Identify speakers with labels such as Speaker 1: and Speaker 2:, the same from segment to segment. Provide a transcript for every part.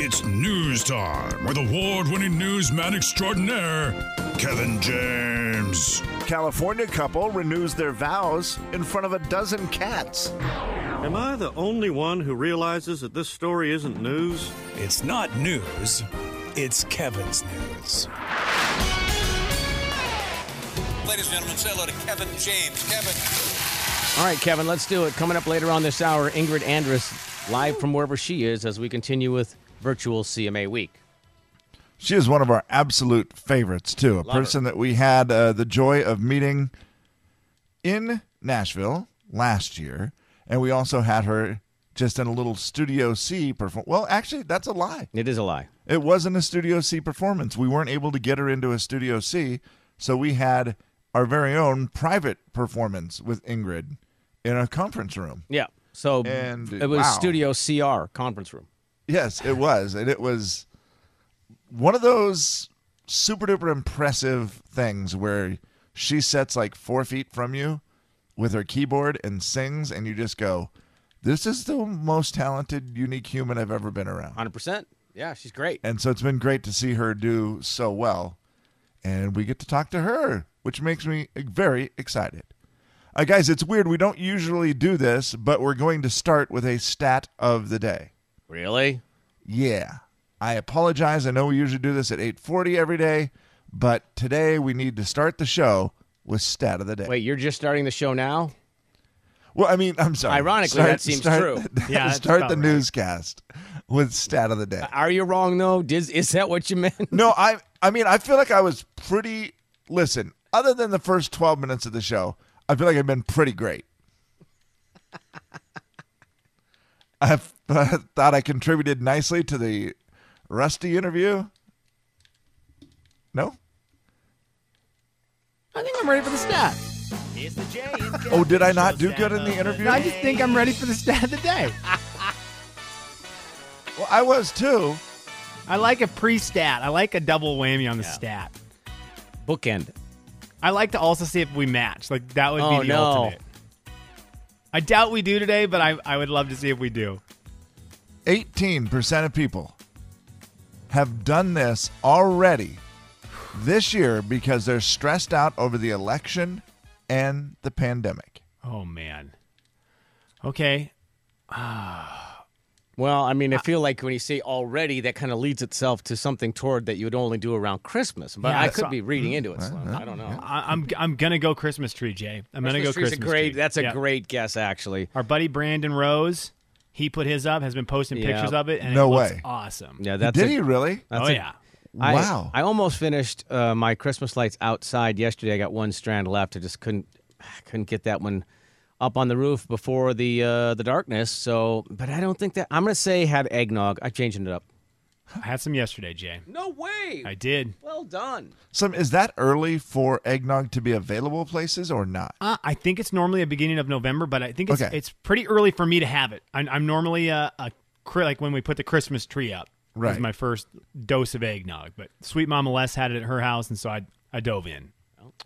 Speaker 1: It's news time with award winning newsman extraordinaire, Kevin James.
Speaker 2: California couple renews their vows in front of a dozen cats.
Speaker 3: Am I the only one who realizes that this story isn't news?
Speaker 4: It's not news, it's Kevin's news.
Speaker 5: Ladies and gentlemen, say hello to Kevin James. Kevin.
Speaker 6: All right, Kevin, let's do it. Coming up later on this hour, Ingrid Andress live from wherever she is as we continue with virtual CMA week.
Speaker 7: She is one of our absolute favorites, too. A
Speaker 6: Love her.
Speaker 7: person that we had uh, the joy of meeting in Nashville last year. And we also had her just in a little Studio C perform. Well, actually, that's a lie.
Speaker 6: It is a lie.
Speaker 7: It wasn't a Studio C performance. We weren't able to get her into a Studio C. So we had our very own private performance with Ingrid in a conference room.
Speaker 6: Yeah. So
Speaker 7: And,
Speaker 6: it was
Speaker 7: wow.
Speaker 6: Studio CR conference room.
Speaker 7: Yes, it was. And it was one of those super duper impressive things where she sets like four feet from you with her keyboard and sings, and you just go, This is the most talented, unique human I've ever been around.
Speaker 6: 100%. Yeah, she's great.
Speaker 7: And so it's been great to see her do so well. And we get to talk to her, which makes me very excited. Uh, guys, it's weird. We don't usually do this, but we're going to start with a stat of the day.
Speaker 6: Really?
Speaker 7: Yeah. I apologize. I know we usually do this at 8:40 every day, but today we need to start the show with stat of the day.
Speaker 6: Wait, you're just starting the show now?
Speaker 7: Well, I mean, I'm sorry.
Speaker 6: Ironically, that seems
Speaker 7: start,
Speaker 6: true.
Speaker 4: Yeah, that's
Speaker 7: start
Speaker 4: about
Speaker 7: the
Speaker 4: right.
Speaker 7: newscast with stat of the day.
Speaker 6: Are you wrong, though? Is, is that what you meant?
Speaker 7: No, I I mean, I feel like I was pretty listen, other than the first 12 minutes of the show, I feel like I've been pretty great. I thought I contributed nicely to the Rusty interview. No?
Speaker 6: I think I'm ready for the stat.
Speaker 7: Oh, did I not do good in the interview?
Speaker 8: I just think I'm ready for the stat of the day.
Speaker 7: Well, I was too.
Speaker 8: I like a pre-stat. I like a double whammy on the stat.
Speaker 6: Bookend.
Speaker 8: I like to also see if we match. Like that would
Speaker 6: Oh,
Speaker 8: be the
Speaker 6: no.
Speaker 8: ultimate. I doubt we do today, but I, I would love to see if we do.
Speaker 7: 18% of people have done this already this year because they're stressed out over the election and the pandemic.
Speaker 8: Oh man. Okay.
Speaker 6: Well, I mean, I feel like when you say already, that kind of leads itself to something toward that you would only do around Christmas. But
Speaker 8: Yeah,
Speaker 6: I
Speaker 8: that's
Speaker 6: could
Speaker 8: what-
Speaker 6: be reading into it. Sloan. I don't know.
Speaker 8: I, I'm I'm gonna go Christmas tree, Jay. I'm gonna go
Speaker 6: tree's
Speaker 8: Christmas
Speaker 6: a great.
Speaker 8: tree.
Speaker 6: That's a
Speaker 8: Yeah.
Speaker 6: great guess, actually.
Speaker 8: Our buddy Brandon Rose, he put his up. Has been posting
Speaker 6: Yeah.
Speaker 8: pictures of it, and
Speaker 7: No
Speaker 8: it looks
Speaker 7: way.
Speaker 8: awesome.
Speaker 6: Yeah, that's
Speaker 7: Did
Speaker 6: a,
Speaker 7: he really?
Speaker 6: that's
Speaker 8: oh
Speaker 6: a-
Speaker 8: yeah.
Speaker 6: I-
Speaker 7: Wow.
Speaker 6: I, almost finished uh, my Christmas lights outside yesterday. I got one strand left. I just couldn't couldn't get that one up on the roof before the uh, the darkness. So, but I don't think that I'm gonna say had eggnog. I'm changing it up.
Speaker 8: I had some yesterday, Jay.
Speaker 6: No way.
Speaker 8: I did.
Speaker 6: well done.
Speaker 7: Some is that early for eggnog to be available places or not?
Speaker 8: Uh, I think it's normally a beginning of November, but I think it's
Speaker 7: Okay.
Speaker 8: it's pretty early for me to have it. I'm, I'm normally a, a cri- like when we put the Christmas tree up. was
Speaker 7: Right.
Speaker 8: my first dose of eggnog, but Sweet Mama Les had it at her house, and so I I dove in.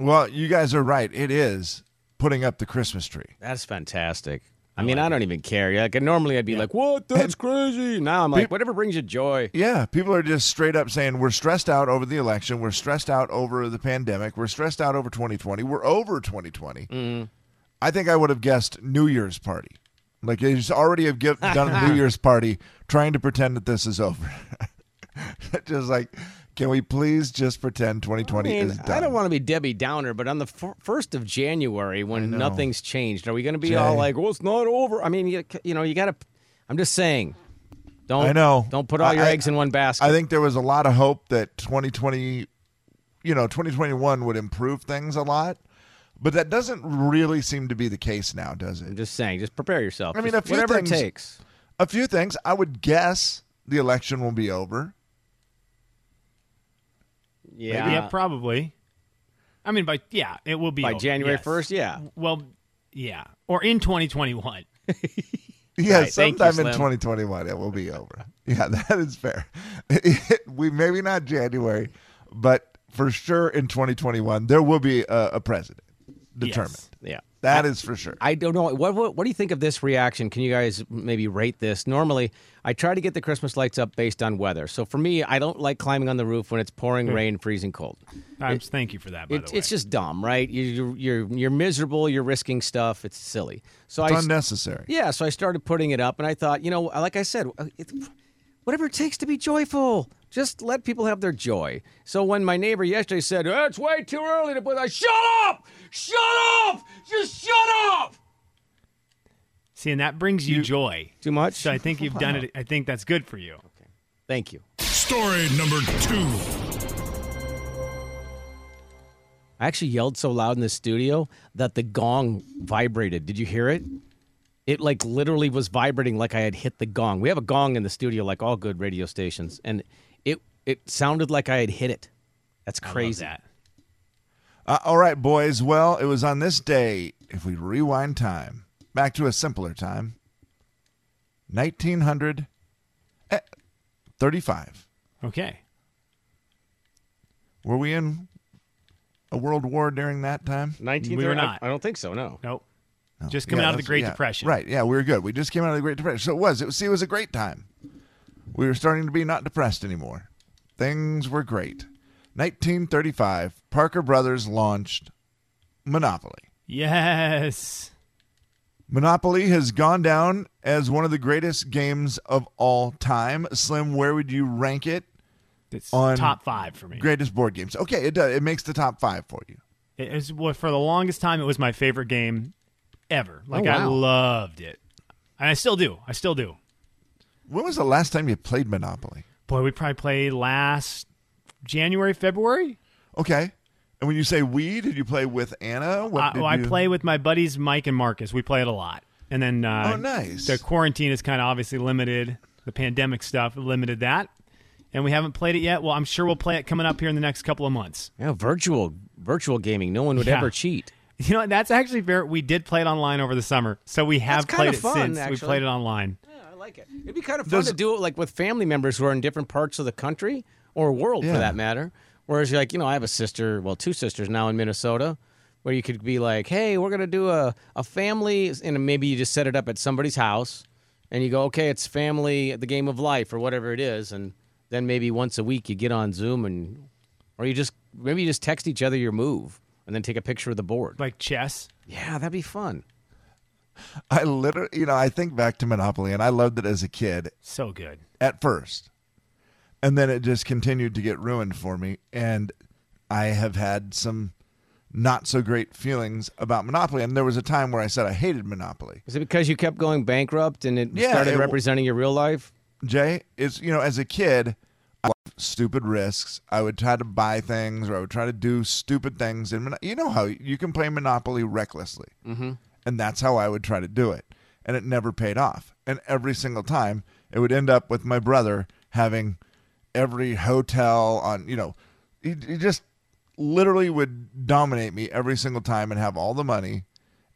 Speaker 7: Well, you guys are right. It is putting up the Christmas tree.
Speaker 6: That's fantastic. I, mean, I don't even care. Yeah, Like normally I'd be like, "What? That's crazy." Now I'm like, "Whatever brings you joy."
Speaker 7: Yeah, people are just straight up saying we're stressed out over the election, we're stressed out over the pandemic, we're stressed out over 2020, we're over 2020.
Speaker 6: Mm-hmm.
Speaker 7: I think I would have guessed New Year's party. Like they just already have give, done a New Year's party, trying to pretend that this is over. just like, can we please just pretend 2020
Speaker 6: I mean,
Speaker 7: is done?
Speaker 6: I don't want to be Debbie Downer, but on the fir- first of January, when
Speaker 7: know.
Speaker 6: nothing's changed, are we going to be all
Speaker 7: Jay.
Speaker 6: like, "Well, it's not over"? I mean, you, you know, you got to. I'm just saying, don't.
Speaker 7: I know.
Speaker 6: Don't put all
Speaker 7: I-
Speaker 6: your
Speaker 7: I-
Speaker 6: eggs in one basket.
Speaker 7: I think there was a lot of hope that 2020, you know, 2021 would improve things a lot, but that doesn't really seem to be the case now, does
Speaker 6: I'm
Speaker 7: it?
Speaker 6: just saying, just prepare yourself.
Speaker 7: I mean,
Speaker 6: Just
Speaker 7: a few
Speaker 6: whatever
Speaker 7: things-
Speaker 6: it takes.
Speaker 7: A few things. I would guess the election will be over.
Speaker 6: Yeah,
Speaker 8: yeah, probably. I mean, by yeah, it will be
Speaker 6: by
Speaker 8: over,
Speaker 6: January
Speaker 8: yes.
Speaker 6: first. Yeah,
Speaker 8: Well, yeah, or in 2021.
Speaker 7: Yeah,
Speaker 6: Right, thank you,
Speaker 7: sometime in
Speaker 6: Slim.
Speaker 7: 2021 it will be over. Yeah, that is fair. we maybe not January, but for sure in 2021 there will be a, a president determined.
Speaker 8: Yes.
Speaker 6: yeah.
Speaker 7: That is for sure.
Speaker 6: I don't know. What, what what do you think of this reaction? Can you guys maybe rate this? Normally, I try to get the Christmas lights up based on weather. So for me, I don't like climbing on the roof when it's pouring
Speaker 7: Hmm.
Speaker 6: rain, freezing cold.
Speaker 8: I'm, thank you for that. By
Speaker 6: It,
Speaker 8: the way,
Speaker 6: it's just dumb, right? You, you're you're you're miserable. You're risking stuff. It's silly. So
Speaker 7: It's
Speaker 6: I
Speaker 7: unnecessary.
Speaker 6: yeah. So I started putting it up, and I thought, you know, like I said, uh, it, whatever it takes to be joyful. Just let people have their joy. So when my neighbor yesterday said, "Oh, "It's way too early to put," I shut up, shut up, just shut up.
Speaker 8: see, and that brings you, joy.
Speaker 6: Too much.
Speaker 8: So I think you've done it. I think that's good for you.
Speaker 6: Thank you.
Speaker 1: Story number two.
Speaker 6: I actually yelled so loud in the studio that the gong vibrated. Did you hear it? It like literally was vibrating like I had hit the gong. We have a gong in the studio like all good radio stations and it it sounded like I had hit it. That's crazy.
Speaker 8: That.
Speaker 7: Uh, all right, boys. Well, it was on this day, if we rewind time back to a simpler time, 1935,
Speaker 8: Okay.
Speaker 7: were we in a world war during that time?
Speaker 6: 19
Speaker 8: We were not.
Speaker 6: I, I don't think so, no.
Speaker 8: Nope. Just coming
Speaker 7: Oh, Yeah,
Speaker 8: out of the
Speaker 7: that's-
Speaker 8: Great
Speaker 7: yeah,
Speaker 8: Depression.
Speaker 7: Right. Yeah, we were good. We just came out of the Great Depression. So it was. It was see, it was a great time. We were starting to be not depressed anymore. Things were great. 1935, Parker Brothers launched Monopoly.
Speaker 8: Yes.
Speaker 7: Monopoly has gone down as one of the greatest games of all time. Slim, where would you rank it?
Speaker 8: It's
Speaker 7: On-
Speaker 8: top five for me.
Speaker 7: Greatest board games. Okay, it does. It makes the top five for you.
Speaker 8: It was well, for the longest time. It was my favorite game ever. Like I
Speaker 6: wow.
Speaker 8: loved it, and I still do. I still do.
Speaker 7: When was the last time you played Monopoly?
Speaker 8: Boy, we probably played last January, February.
Speaker 7: Okay. And when you say we, did you play with Anna? What
Speaker 8: I,
Speaker 7: Oh, did
Speaker 8: well, Uh, oh, I
Speaker 7: you-
Speaker 8: play with my buddies Mike and Marcus. We play it a lot, and then uh,
Speaker 7: Oh, nice.
Speaker 8: The quarantine is kind of obviously limited. The pandemic stuff limited that, and we haven't played it yet. Well, I'm sure we'll play it coming up here in the next couple of months.
Speaker 6: Yeah, virtual virtual gaming. No one would
Speaker 8: Yeah.
Speaker 6: ever cheat.
Speaker 8: You know, what? that's actually fair. We did play it online over the summer, so we have
Speaker 6: That's kinda
Speaker 8: played it
Speaker 6: fun,
Speaker 8: since we
Speaker 6: actually.
Speaker 8: played it online.
Speaker 6: Yeah, I like it. It'd be kind of fun to do it like with family members who are in different parts of the country or world for
Speaker 7: Yeah.
Speaker 6: that matter. Whereas you're like, you know, I have a sister, well, two sisters now in Minnesota, where you could be like, hey, we're gonna do a, a family and maybe you just set it up at somebody's house and you go, Okay, it's family the game of life or whatever it is and then maybe once a week you get on Zoom and or you just maybe you just text each other your move and then take a picture of the board.
Speaker 8: Like chess,
Speaker 6: Yeah, that'd be fun.
Speaker 7: I literally, you know, I think back to Monopoly and I loved it as a kid
Speaker 8: so good.
Speaker 7: at first. And then it just continued to get ruined for me. And I have had some not so great feelings about Monopoly. And there was a time where I said I hated Monopoly.
Speaker 6: Is it because you kept going bankrupt and it
Speaker 7: Yeah,
Speaker 6: started
Speaker 7: it w-
Speaker 6: representing your real life?
Speaker 7: Jay, it's, you know, as a kid, I loved stupid risks. I would try to buy things or I would try to do stupid things. And you know how you can play Monopoly recklessly. Mm-hmm. And that's how I would try to do it. And it never paid off. And every single time, it would end up with my brother having every hotel on, you know, he, he just literally would dominate me every single time and have all the money.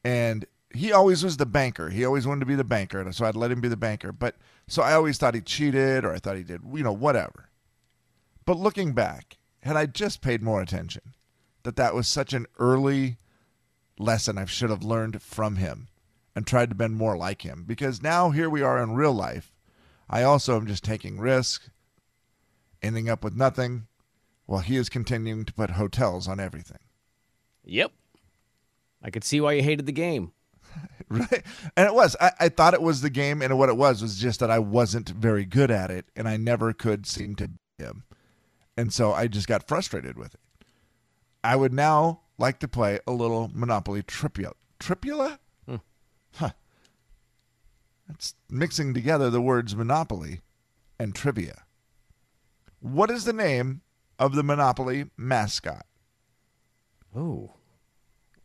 Speaker 7: And he always was the banker. He always wanted to be the banker. And so I'd let him be the banker. But so I always thought he cheated or I thought he did, you know, whatever. But looking back, had I just paid more attention, that that was such an early lesson I should have learned from him and tried to bend more like him because now here we are in real life. I also am just taking risk, ending up with nothing, while he is continuing to put hotels on everything.
Speaker 6: Yep. I could see why you hated the game.
Speaker 7: Right? And it was. I, I thought it was the game, and what it was was just that I wasn't very good at it, and I never could seem to beat him. And so I just got frustrated with it. I would now like to play a little Monopoly Tripula. Tripula? Huh. That's mixing together the words Monopoly and trivia. What is the name of the Monopoly mascot?
Speaker 6: Oh.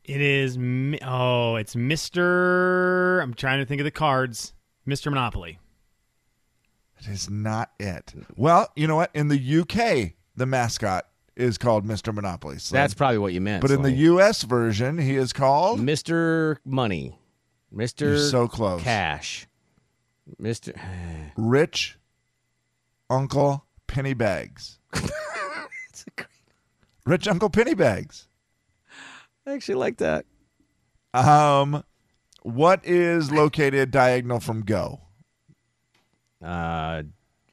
Speaker 8: It is. mi- Oh, it's Mister. I'm trying to think of the cards. Mister Monopoly.
Speaker 7: It is not it. Well, you know what? In the UK, the mascot is called Mr. Monopoly. So-
Speaker 6: That's probably what you meant.
Speaker 7: but in the
Speaker 6: Slim.
Speaker 7: US version, he is called
Speaker 6: Mr. Money. mister
Speaker 7: You're so close.
Speaker 6: Cash. Mr.
Speaker 7: Rich Uncle Pennybags. Rich Uncle Pennybags.
Speaker 6: I actually like that.
Speaker 7: Um, what is located diagonal from go?
Speaker 6: Uh,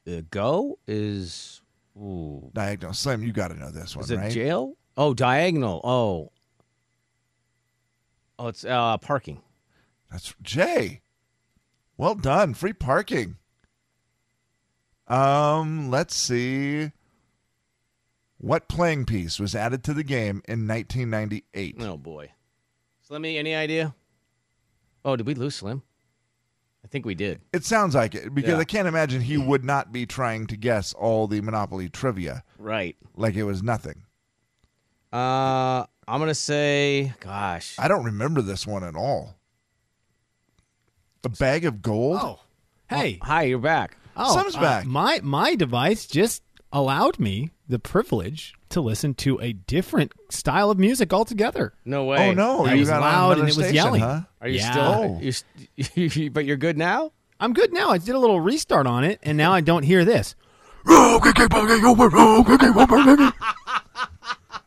Speaker 6: uh, go is ooh,
Speaker 7: Diagonal. Slim, you got to know this one,
Speaker 6: is it
Speaker 7: right?
Speaker 6: jail? Oh, diagonal. Oh, oh, it's uh parking.
Speaker 7: That's Jay. Well done. Free parking. Um, let's see. What playing piece was added to the game in 1998?
Speaker 6: Oh boy, Slimmy, any idea? Oh, did we lose Slim? I think we did.
Speaker 7: It sounds like it because
Speaker 6: Yeah.
Speaker 7: I can't imagine he would not be trying to guess all the Monopoly trivia
Speaker 6: Right.
Speaker 7: like it was nothing.
Speaker 6: Uh, I'm gonna say, gosh,
Speaker 7: I don't remember this one at all. A bag of gold?
Speaker 8: Oh, hey.
Speaker 6: hi, you're back.
Speaker 8: Oh,
Speaker 7: Slim's
Speaker 8: uh,
Speaker 7: back.
Speaker 8: my my device just allowed me the privilege to listen to a different style of music altogether.
Speaker 6: No way.
Speaker 7: Oh, no,
Speaker 8: It
Speaker 7: you
Speaker 8: was
Speaker 7: got on Oh.
Speaker 8: loud and
Speaker 7: another
Speaker 8: it was
Speaker 7: station,
Speaker 8: yelling.
Speaker 7: huh?
Speaker 6: Are you
Speaker 8: Yeah.
Speaker 6: still? you st- but you're good now.
Speaker 8: I'm good now. I did a little restart on it, and now I don't hear this.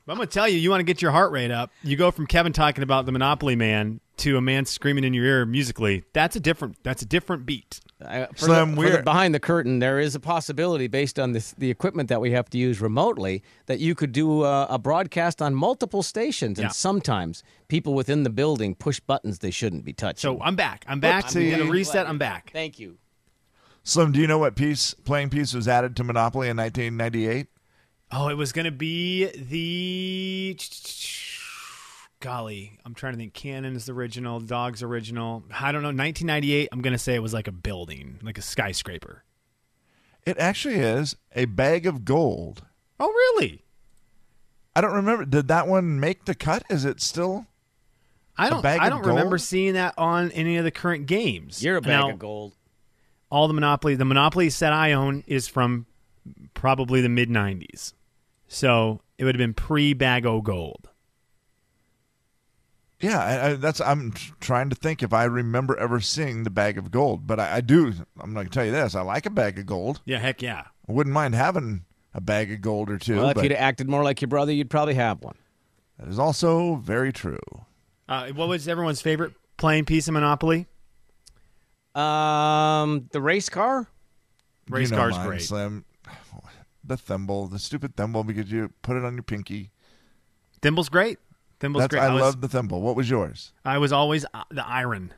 Speaker 8: But I'm gonna tell you, you want to get your heart rate up. You go from Kevin talking about the Monopoly Man to a man screaming in your ear musically. That's a different. That's a different beat.
Speaker 6: I, for
Speaker 7: Slim,
Speaker 6: the, for
Speaker 7: we're-
Speaker 6: the behind the curtain, there is a possibility based on this, the equipment that we have to use remotely that you could do uh, a broadcast on multiple stations,
Speaker 8: Yeah.
Speaker 6: and sometimes people within the building push buttons they shouldn't be touching.
Speaker 8: So I'm back. I'm back.
Speaker 7: Whoopsie.
Speaker 8: We did a reset. I'm back.
Speaker 6: Thank you.
Speaker 7: Slim, do you know what piece playing piece was added to Monopoly in 1998?
Speaker 8: Oh, it was gonna be the. Golly, I'm trying to think. Cannon's original, Dog's original. I don't know. 1998. I'm gonna say it was like a building, like a skyscraper.
Speaker 7: It actually is a bag of gold.
Speaker 8: Oh, really?
Speaker 7: I don't remember. Did that one make the cut? Is it still?
Speaker 8: I don't.
Speaker 7: bag
Speaker 8: I
Speaker 7: of
Speaker 8: don't remember
Speaker 7: gold?
Speaker 8: seeing that on any of the current games.
Speaker 6: You're a bag
Speaker 8: Now,
Speaker 6: of gold.
Speaker 8: All the Monopoly, the Monopoly set I own is from probably the mid '90s, so it would have been pre Bag O Gold.
Speaker 7: Yeah, I, I, that's. I'm tr- trying to think if I remember ever seeing the bag of gold, but I, I do. I'm going to tell you this. I like a bag of gold.
Speaker 8: Yeah, heck yeah.
Speaker 7: I wouldn't mind having a bag of gold or two.
Speaker 6: Well, if
Speaker 7: but
Speaker 6: you'd acted more like your brother, you'd probably have one.
Speaker 7: that is also very true.
Speaker 8: Uh, what was everyone's favorite playing piece of Monopoly?
Speaker 6: Um, the race car.
Speaker 8: Race
Speaker 7: you know
Speaker 8: car's
Speaker 7: mine,
Speaker 8: great.
Speaker 7: Slim. The thimble, the stupid thimble, because you put it on your pinky.
Speaker 8: Thimble's great. Thimble's
Speaker 7: That's,
Speaker 8: great.
Speaker 7: I,
Speaker 8: was,
Speaker 7: love the thimble. What was yours?
Speaker 8: I was always uh, the iron.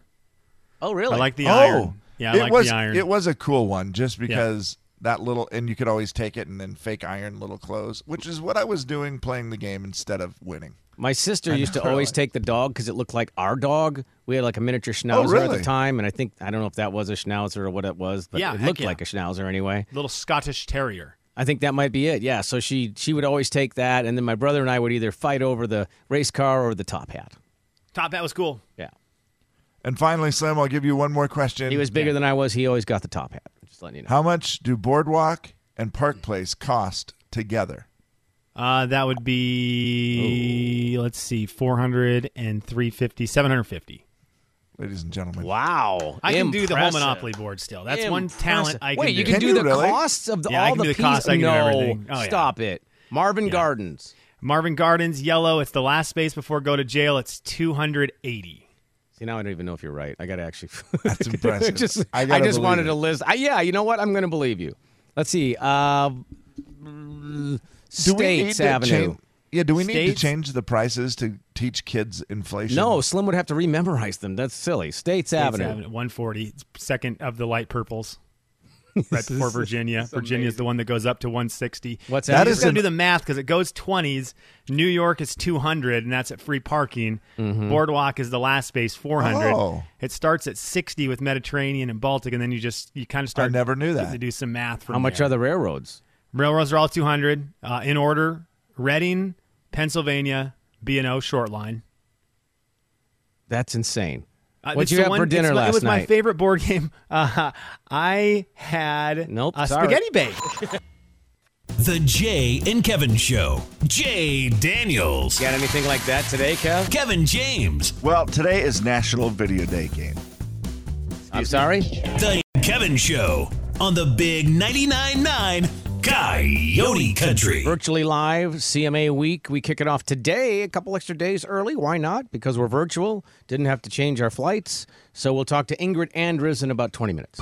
Speaker 6: Oh, really?
Speaker 8: I like the
Speaker 7: oh,
Speaker 8: iron. Yeah, I
Speaker 7: it
Speaker 8: like
Speaker 7: was
Speaker 8: the iron.
Speaker 7: it was a cool one just because that little and you could always take it and then fake iron little clothes, which is what I was doing playing the game instead of winning.
Speaker 6: My sister used to
Speaker 7: know,
Speaker 6: always
Speaker 7: right?
Speaker 6: take the dog because it looked like our dog. We had like a
Speaker 8: Oh,
Speaker 6: miniature schnauzer at
Speaker 7: really?
Speaker 6: the time, and I think I don't know if that was a schnauzer or what it was, but
Speaker 8: Yeah,
Speaker 6: it
Speaker 8: heck
Speaker 6: looked
Speaker 8: yeah.
Speaker 6: like a schnauzer anyway.
Speaker 8: Little Scottish terrier.
Speaker 6: I think that might be it. Yeah. So she she would always take that, and then my brother and I would either fight over the race car or the top hat.
Speaker 8: Top hat was cool.
Speaker 6: Yeah.
Speaker 7: And finally, Slim, I'll give you one more question.
Speaker 6: He was bigger than I was. He always got the top hat. Just letting you know.
Speaker 7: How much do Boardwalk and Park Place cost together?
Speaker 8: Uh, that would
Speaker 7: Oh.
Speaker 8: be let's see, 400 and 350, 750.
Speaker 7: Ladies and gentlemen.
Speaker 6: Wow.
Speaker 8: I can do the whole
Speaker 6: Impressive.
Speaker 8: Monopoly board still. That's one
Speaker 6: Impressive.
Speaker 8: talent I can
Speaker 6: Wait,
Speaker 8: do.
Speaker 6: you can,
Speaker 7: Can
Speaker 6: do
Speaker 7: you
Speaker 6: the
Speaker 7: really?
Speaker 6: costs of the,
Speaker 8: Yeah, I
Speaker 6: all
Speaker 8: can
Speaker 6: the
Speaker 8: do the
Speaker 6: pieces.
Speaker 8: costs, I can do
Speaker 6: no,
Speaker 8: everything. Oh, yeah.
Speaker 6: stop it. Marvin Gardens.
Speaker 8: Marvin Gardens yellow. It's the last space before go to jail. It's 280.
Speaker 6: See, now I don't even know if you're right. I got to actually.
Speaker 7: That's impressive.
Speaker 6: just,
Speaker 7: I
Speaker 6: I,
Speaker 7: gotta
Speaker 6: just
Speaker 7: believe
Speaker 6: wanted
Speaker 7: it.
Speaker 6: to list. I, yeah, you know what? I'm going to believe you. Let's see. Uh,
Speaker 7: Do we need
Speaker 6: States
Speaker 7: to
Speaker 6: Avenue.
Speaker 7: change- yeah, do we need to
Speaker 8: States?
Speaker 7: change the prices to teach kids inflation?
Speaker 6: No, Slim would have to rememorize them. That's silly. States, Avenue.
Speaker 8: It's 140. It's second of the light purples. Right before Virginia. Virginia is the one that goes up to 160.
Speaker 6: What's
Speaker 8: that?
Speaker 6: that?
Speaker 8: You
Speaker 7: is
Speaker 8: just got
Speaker 7: an-
Speaker 8: to do the math because it goes 20s. New York is 200, and that's at free parking. Boardwalk is the last space, 400.
Speaker 7: Mm-hmm. Oh.
Speaker 8: It starts at 60 with Mediterranean and Baltic, and then you just you kind
Speaker 7: I
Speaker 8: of start.
Speaker 7: never knew
Speaker 8: To
Speaker 7: that.
Speaker 8: do some math. From
Speaker 6: How much
Speaker 8: there.
Speaker 6: are the railroads?
Speaker 8: Railroads are all 200 uh, in order: Reading, Pennsylvania, B and O short line.
Speaker 6: That's insane.
Speaker 8: Uh,
Speaker 6: What'd
Speaker 8: it's
Speaker 6: you
Speaker 8: the
Speaker 6: have
Speaker 8: one-
Speaker 6: for dinner
Speaker 8: it's my-
Speaker 6: last
Speaker 8: It was
Speaker 6: night?
Speaker 8: my favorite board game. Uh, I had
Speaker 6: Nope,
Speaker 8: a
Speaker 6: sorry.
Speaker 8: spaghetti bake.
Speaker 9: The Jay and Kevin Show. Jay Daniels.
Speaker 6: Got anything like that today, Kev?
Speaker 9: Kevin James.
Speaker 2: Well, today is National Video Day Game.
Speaker 6: I'm sorry.
Speaker 9: The Kevin Show on the Big 99.9 9 Coyote Country.
Speaker 6: Virtually live, CMA week. We kick it off today, a couple extra days early. Why not? Because we're virtual, didn't have to change our flights. So we'll talk to Ingrid Andrews in about 20 minutes.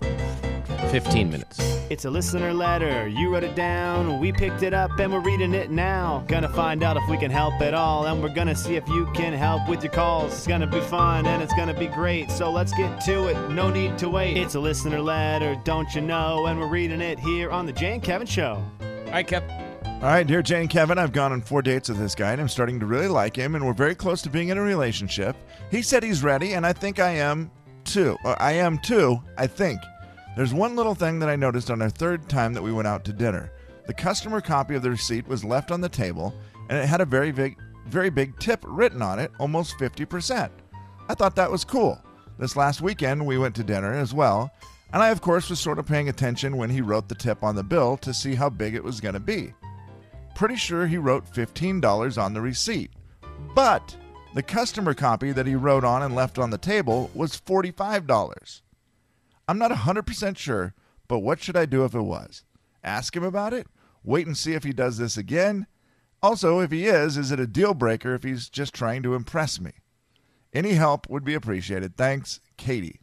Speaker 6: 15 minutes.
Speaker 10: It's a listener letter. You wrote it down. We picked it up and we're reading it now. Gonna find out if we can help at all. And we're gonna see if you can help with your calls. It's gonna be fun and it's gonna be great. So let's get to it. No need to wait. It's a listener letter, don't you know? And we're reading it here on The Jay and Kevin Show.
Speaker 6: All right, Kev.
Speaker 7: All right, dear Jane Kevin, I've gone on four dates with this guy, and I'm starting to really like him, and we're very close to being in a relationship. He said he's ready, and I think I am too. Uh, I am too, I think. There's one little thing that I noticed on our third time that we went out to dinner. The customer copy of the receipt was left on the table, and it had a very big, very big tip written on it, almost 50%. I thought that was cool. This last weekend, we went to dinner as well, and I, of course, was sort of paying attention when he wrote the tip on the bill to see how big it was going to be pretty sure he wrote $15 on the receipt. But the customer copy that he wrote on and left on the table was $45. I'm not 100% sure, but what should I do if it was? Ask him about it? Wait and see if he does this again? Also, if he is, is it a deal breaker if he's just trying to impress me? Any help would be appreciated. Thanks, Katie.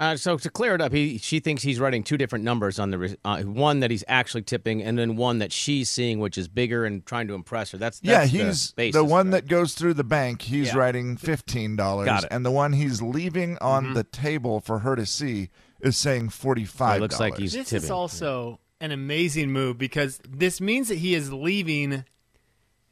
Speaker 6: Uh, so to clear it up, he she thinks he's writing two different numbers on the re- uh, one that he's actually tipping, and then one that she's seeing, which is bigger and trying to impress her. That's, that's
Speaker 7: yeah, he's
Speaker 6: the,
Speaker 7: the,
Speaker 6: basis,
Speaker 7: one
Speaker 6: right?
Speaker 7: that goes through the bank. He's
Speaker 6: Yeah.
Speaker 7: writing fifteen dollars,
Speaker 6: Got it. Mm-hmm.
Speaker 7: and the one he's leaving on the table for her to see is saying forty-five.
Speaker 6: It looks like he's
Speaker 8: This
Speaker 6: tipping.
Speaker 8: is also an amazing move because this means that he is leaving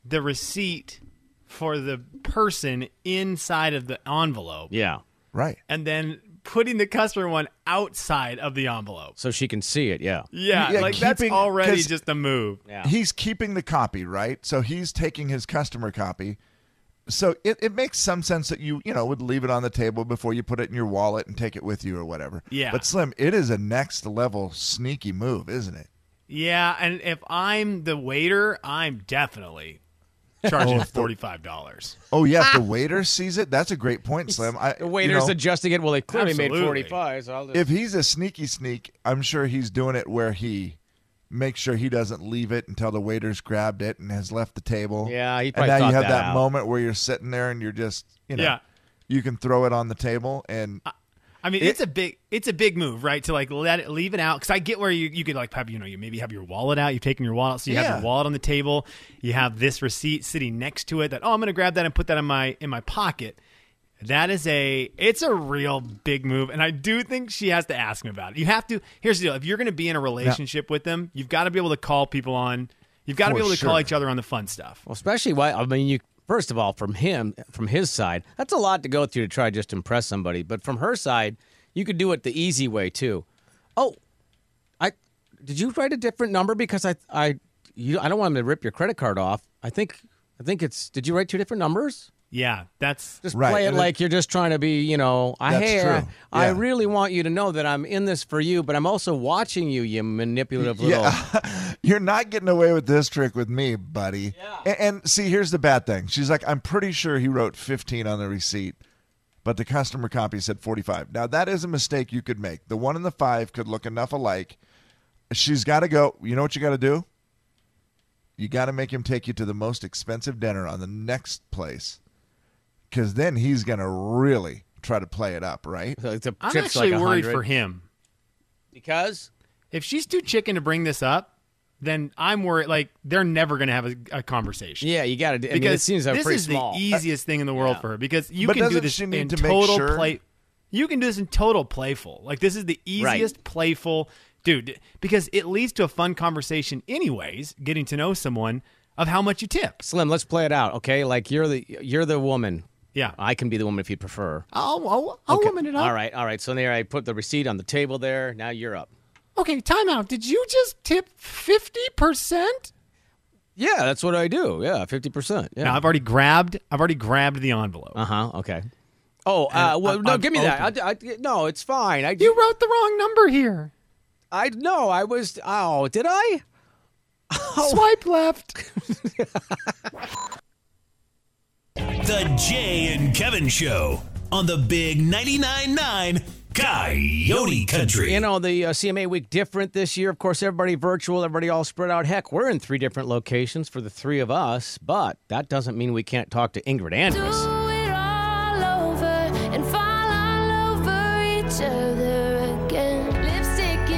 Speaker 8: the receipt for the person inside of the envelope
Speaker 6: yeah,
Speaker 7: right.
Speaker 8: and then putting the customer one outside of the envelope.
Speaker 6: so she can see it. Yeah,
Speaker 8: Yeah,
Speaker 7: Yeah,
Speaker 8: like that's
Speaker 7: keeping-
Speaker 8: already
Speaker 7: 'cause-
Speaker 8: just a move.
Speaker 6: yeah.
Speaker 7: He's keeping the copy, right? So he's taking his customer copy. So it, it makes some sense that you you know would leave it on the table before you put it in your wallet and take it with you or whatever.
Speaker 8: Yeah.
Speaker 7: But Slim, it is a next level sneaky move, isn't it?
Speaker 8: Yeah, and if I'm the waiter, I'm definitely charging forty five dollars.
Speaker 7: Oh yeah, if the waiter sees it. That's a great point, Slim. I,
Speaker 6: the waiter's
Speaker 7: you know,
Speaker 6: adjusting it. Well, they clearly made
Speaker 8: Absolutely.
Speaker 6: forty-five. So I'll just,
Speaker 7: if he's a sneaky sneak, I'm sure he's doing it where he makes sure he doesn't leave it until the waiter's grabbed it and has left the table.
Speaker 6: Yeah, he
Speaker 7: and
Speaker 6: probably
Speaker 7: now
Speaker 6: thought
Speaker 7: you have
Speaker 6: that
Speaker 7: that
Speaker 6: out.
Speaker 7: moment where you're sitting there and you're just, you know,
Speaker 8: Yeah.
Speaker 7: you can throw it on the table and
Speaker 8: I mean, it's a big, it's a big move, right? To like let it, leave it out because I get where you you could like have you know you maybe have your wallet out, you've taken your wallet, out, so you have
Speaker 7: Yeah.
Speaker 8: your wallet on the table, you have this receipt sitting next to it. That oh, I'm gonna grab that and put that in my in my pocket. That is a, it's a real big move, and I do think she has to ask him about it. You have to. Here's the deal: if you're gonna be in a relationship with them, you've got to be able to call people on. You've got to
Speaker 7: For
Speaker 8: be able to
Speaker 7: sure.
Speaker 8: call each other on the fun stuff.
Speaker 6: well, especially why? I mean, you first of all, from him, from his side, that's a lot to go through to try to just impress somebody. But from her side, you could do it the easy way too. Oh, I did you write a different number because I I you I don't want him to rip your credit card off. I think I think it's did you write two different numbers?
Speaker 8: Yeah, that's
Speaker 6: Just
Speaker 7: Right,
Speaker 6: play it
Speaker 7: and
Speaker 6: like you're just trying to be, you know, I
Speaker 7: That's
Speaker 6: hey, I,
Speaker 7: true.
Speaker 6: I
Speaker 7: Yeah.
Speaker 6: really want you to know that I'm in this for you, but I'm also watching you, you manipulative little.
Speaker 7: you're not getting away with this trick with me, buddy. Yeah. And, and see, here's the bad thing. She's like, I'm pretty sure he wrote 15 on the receipt, but the customer copy said 45. Now, that is a mistake you could make. The one and the five could look enough alike. She's got to go. You know what you got to do? You got to make him take you to the most expensive dinner on the next place because then he's going to really try to play it up, right?
Speaker 6: So it's a
Speaker 8: I'm
Speaker 6: trip's
Speaker 8: actually
Speaker 6: like
Speaker 8: worried
Speaker 6: 100.
Speaker 8: for him.
Speaker 6: because
Speaker 8: if she's too chicken to bring this up, then I'm worried. Like they're never going to have a, a conversation.
Speaker 6: yeah, you got to. I
Speaker 8: because
Speaker 6: mean, it seems like
Speaker 8: this
Speaker 6: pretty
Speaker 8: is
Speaker 6: small.
Speaker 8: the e- easiest thing in the world for her. Because you
Speaker 7: But
Speaker 8: can do
Speaker 7: doesn't
Speaker 8: this
Speaker 7: she need
Speaker 8: in
Speaker 7: to make
Speaker 8: total
Speaker 7: sure-
Speaker 8: play. You can do this in total playful. Like this is the easiest playful, dude. Because it leads to a fun conversation, anyways. Getting to know someone of how much you tip.
Speaker 6: Slim, let's play it out, okay? Like you're the you're the woman.
Speaker 8: Yeah.
Speaker 6: I can be the woman if you prefer.
Speaker 8: I'll, I'll, I'll woman it up.
Speaker 6: All right, all right. So there, I put the receipt on the table there. Now you're up.
Speaker 8: Okay, time out. Did you just tip fifty percent?
Speaker 6: Yeah, that's what I do. Yeah, fifty percent.
Speaker 8: No,
Speaker 6: Yeah.
Speaker 8: I've already grabbed. I've already grabbed the envelope.
Speaker 6: Uh huh. Okay. Oh, uh, well,
Speaker 8: I've-
Speaker 6: no,
Speaker 8: I've
Speaker 6: give me that. I, I- no, it's fine. I you
Speaker 8: wrote the wrong number here.
Speaker 6: I no, I was. Oh, did I?
Speaker 8: Swipe left.
Speaker 9: The Jay and Kevin Show on the Big 99.9 Coyote Country.
Speaker 6: You know, the uh, CMA week different this year. Of course, everybody virtual, everybody all spread out. Heck, we're in three different locations for the three of us, but that doesn't mean we can't talk to Ingrid Andress.
Speaker 11: Oh,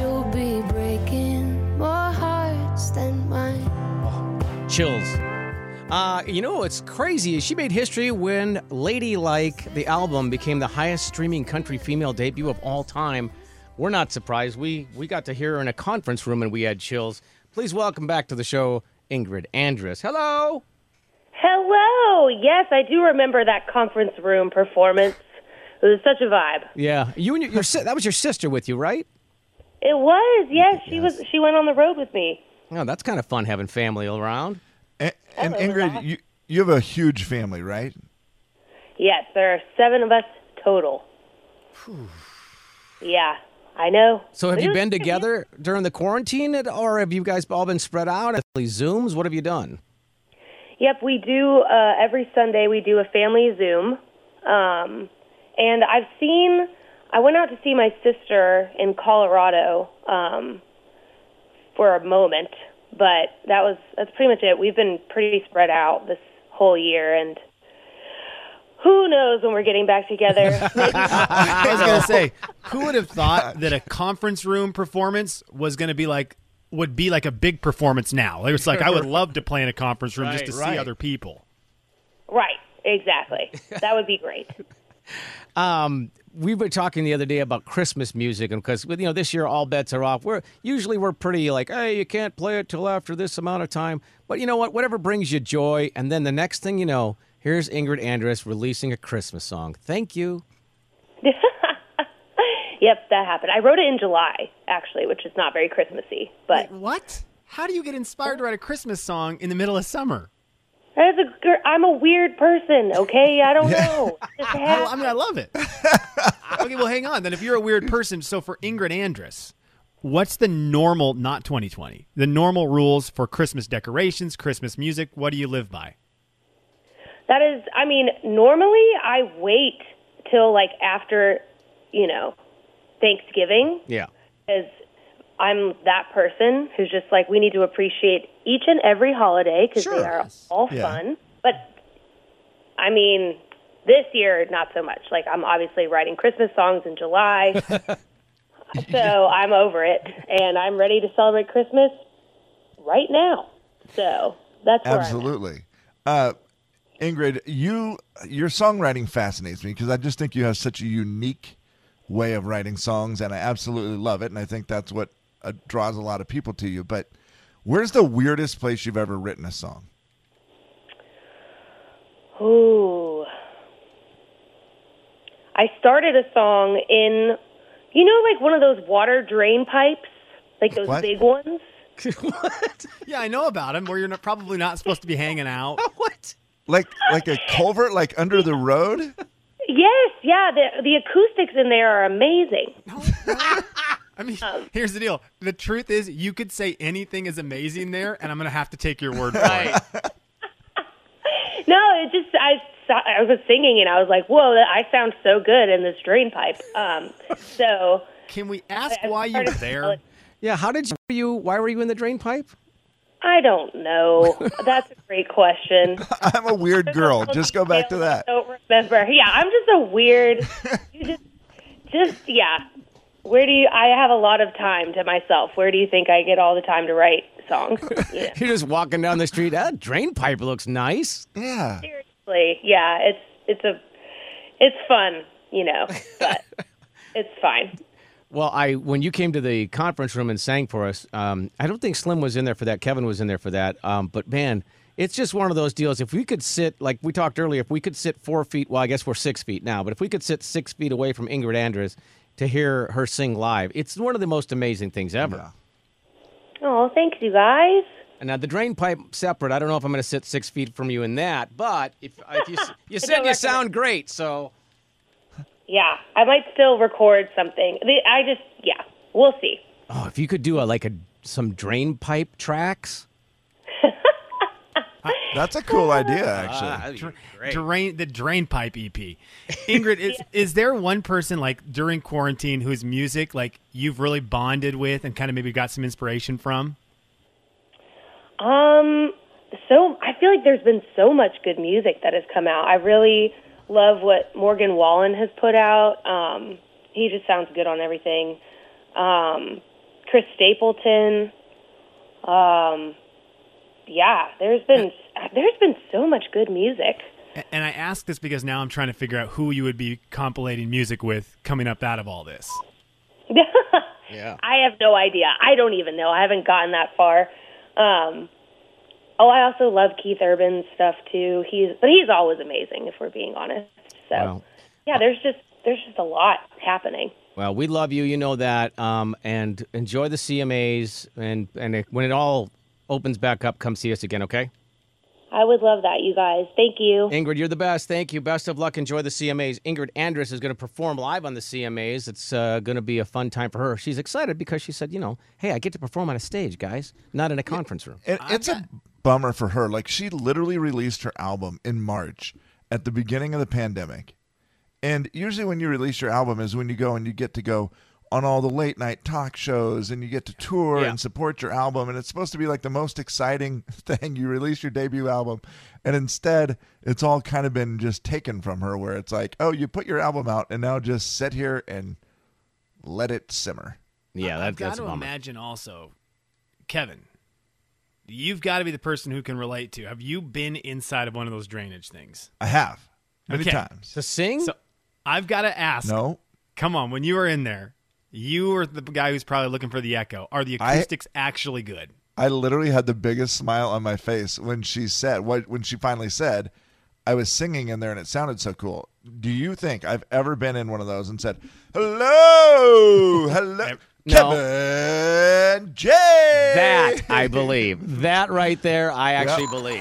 Speaker 11: You'll be breaking more hearts than mine.
Speaker 6: Chills. Uh, you know what's crazy is she made history when Ladylike, the album, became the highest streaming country female debut of all time. We're not surprised. We we got to hear her in a conference room and we had chills. Please welcome back to the show, Ingrid Andress. Hello.
Speaker 12: Hello. Yes, I do remember that conference room performance. It was such a vibe.
Speaker 6: Yeah, you and your, your si- that was your sister with you, right?
Speaker 12: It was. Yes, she was. She went on the road with me.
Speaker 6: Oh, that's kind of fun having family around.
Speaker 7: And, and Ingrid, you, you have a huge family, right?
Speaker 12: Yes, there are seven of us total. Yeah, I know.
Speaker 6: So have
Speaker 12: But it
Speaker 6: you
Speaker 12: was
Speaker 6: been
Speaker 12: good.
Speaker 6: together during the quarantine, at, or have you guys all been spread out? Zooms. What have you done?
Speaker 12: Yep, we do. Uh, every Sunday, we do a family Zoom. Um, and I've seen, I went out to see my sister in Colorado um, for a moment, but that was, that's pretty much it. We've been pretty spread out this whole year, and who knows when we're getting back together.
Speaker 8: I was gonna say, who would have thought that a conference room performance was gonna be like would be like a big performance now? It's like I would love to play in a conference room just
Speaker 6: Right,
Speaker 8: to
Speaker 6: right.
Speaker 8: see other people.
Speaker 12: right, exactly. That would be great.
Speaker 6: Um, we were talking the other day about Christmas music, and because you know this year all bets are off. We're usually we're pretty like, hey, you can't play it till after this amount of time. But you know what? Whatever brings you joy, and then the next thing you know, here's Ingrid Andress releasing a Christmas song. Thank you.
Speaker 12: Yep, that happened. I wrote it in July, actually, which is not very Christmassy, but
Speaker 8: What? How do you get inspired to write a Christmas song in the middle of summer?
Speaker 12: As a gir- I'm a weird person, okay? I don't know. Just
Speaker 8: I,
Speaker 12: have-
Speaker 8: I mean, I love it. okay, well, hang on. Then, if you're a weird person, so for Ingrid Andress, what's the normal, not 2020, the normal rules for Christmas decorations, Christmas music? What do you live by?
Speaker 12: that is, I mean, normally I wait till like after, you know, Thanksgiving
Speaker 6: Yeah.
Speaker 12: because I'm that person who's just like, we need to appreciate each and every holiday because they are all
Speaker 7: Yeah.
Speaker 12: fun. But I mean, this year, not so much. Like, I'm obviously writing Christmas songs in July. so I'm over it and I'm ready to celebrate Christmas right now. So that's where I'm at.
Speaker 7: Absolutely. Uh, Ingrid, you your songwriting fascinates me because I just think you have such a unique way of writing songs, and I absolutely love it, and I think that's what uh, draws a lot of people to you. But where's the weirdest place you've ever written a song?
Speaker 12: Ooh. I started a song in, you know, like one of those water drain pipes, like those
Speaker 7: What?
Speaker 12: big ones.
Speaker 8: Yeah, I know about them. Where you're not, probably not supposed to be hanging out.
Speaker 6: What?
Speaker 7: Like like a culvert, like under the road?
Speaker 12: Yes, yeah. The the acoustics in there are amazing.
Speaker 8: I mean, here's the deal. The truth is, you could say anything is amazing there, and I'm gonna have to take your word for it.
Speaker 12: No, it just I saw, I was singing and I was like, whoa, I sound so good in this drain pipe. Um, so
Speaker 8: Can we ask
Speaker 12: I
Speaker 8: why you were
Speaker 12: started-
Speaker 8: there?
Speaker 6: Yeah. How did you? Why were you in the drain pipe?
Speaker 12: I don't know. That's a great question.
Speaker 7: I'm a weird girl. Just go back to that.
Speaker 12: I don't remember. Yeah, I'm just a weird. you just, just yeah. Where do you? I have a lot of time to myself. Where do you think I get all the time to write songs? Yeah.
Speaker 6: You're just walking down the street. That drain pipe looks nice.
Speaker 7: Yeah.
Speaker 12: Seriously, yeah. It's it's a it's fun, you know, but it's fine.
Speaker 6: Well, I when you came to the conference room and sang for us, um, I don't think Slim was in there for that. Kevin was in there for that. Um, but man, it's just one of those deals. If we could sit, like we talked earlier, if we could sit four feet, well, I guess we're six feet now, but if we could sit six feet away from Ingrid Andres to hear her sing live, it's one of the most amazing things ever.
Speaker 12: Oh, thanks, you guys.
Speaker 6: And now the drain pipe separate. I don't know if I'm going to sit six feet from you in that, but if, uh, if you s- you said you
Speaker 12: recommend-
Speaker 6: sound great, so
Speaker 12: Yeah, I might still record something. The- I just yeah, we'll see.
Speaker 6: Oh, if you could do a like a some drain pipe tracks.
Speaker 7: That's a cool idea,
Speaker 8: actually. drain the drain pipe EP. Ingrid, is is there one person like during quarantine whose music like you've really bonded with and kind of maybe got some inspiration from?
Speaker 12: Um, so I feel like there's been so much good music that has come out. I really love what Morgan Wallen has put out. Um, he just sounds good on everything. Um, Chris Stapleton. Um, yeah, there's been there's been so much good music.
Speaker 8: A- And I ask this because now I'm trying to figure out who you would be compilating music with coming up out of all this.
Speaker 6: Yeah.
Speaker 12: I have no idea. I don't even know. I haven't gotten that far. Um, oh, I also love Keith Urban's stuff too. He's but he's always amazing if we're being honest. So
Speaker 6: Wow.
Speaker 12: yeah, there's just there's just a lot happening.
Speaker 6: Well, Uh, we love you. You know that. Um, and enjoy the CMAs. And and it, when it all opens back up, come see us again. Okay.
Speaker 12: I would love that, you guys. Thank you.
Speaker 6: Ingrid, you're the best. Thank you. Best of luck. Enjoy the CMAs. Ingrid Andress is going to perform live on the CMAs. It's uh, going to be a fun time for her. She's excited because she said, you know, hey, I get to perform on a stage, guys, not in a conference room.
Speaker 7: And it's a bummer for her. Like she literally released her album in March at the beginning of the pandemic. And usually when you release your album is when you go and you get to go on all the late night talk shows and you get to tour
Speaker 13: Yeah.
Speaker 7: and support your album and it's supposed to be like the most exciting thing you release your debut album and instead it's all kind of been just taken from her where it's like oh you put your album out and now just sit here and let it simmer
Speaker 6: yeah
Speaker 8: I've got to imagine also, Kevin, you've got to be the person who can relate to. Have you been inside of one of those drainage things?
Speaker 7: I have many times.
Speaker 6: To sing?
Speaker 8: So I've got to ask.
Speaker 7: No.
Speaker 8: Come on, when you were in there, you were the guy who's probably looking for the echo. Are the
Speaker 7: I-
Speaker 8: acoustics actually good?
Speaker 7: I literally had the biggest smile on my face when she said what when she finally said I was singing in there and it sounded so cool. Do you think I've ever been in one of those and said, "Hello, hello, Kevin J"?
Speaker 6: That I believe. That right there, I
Speaker 7: Yeah.
Speaker 6: actually believe.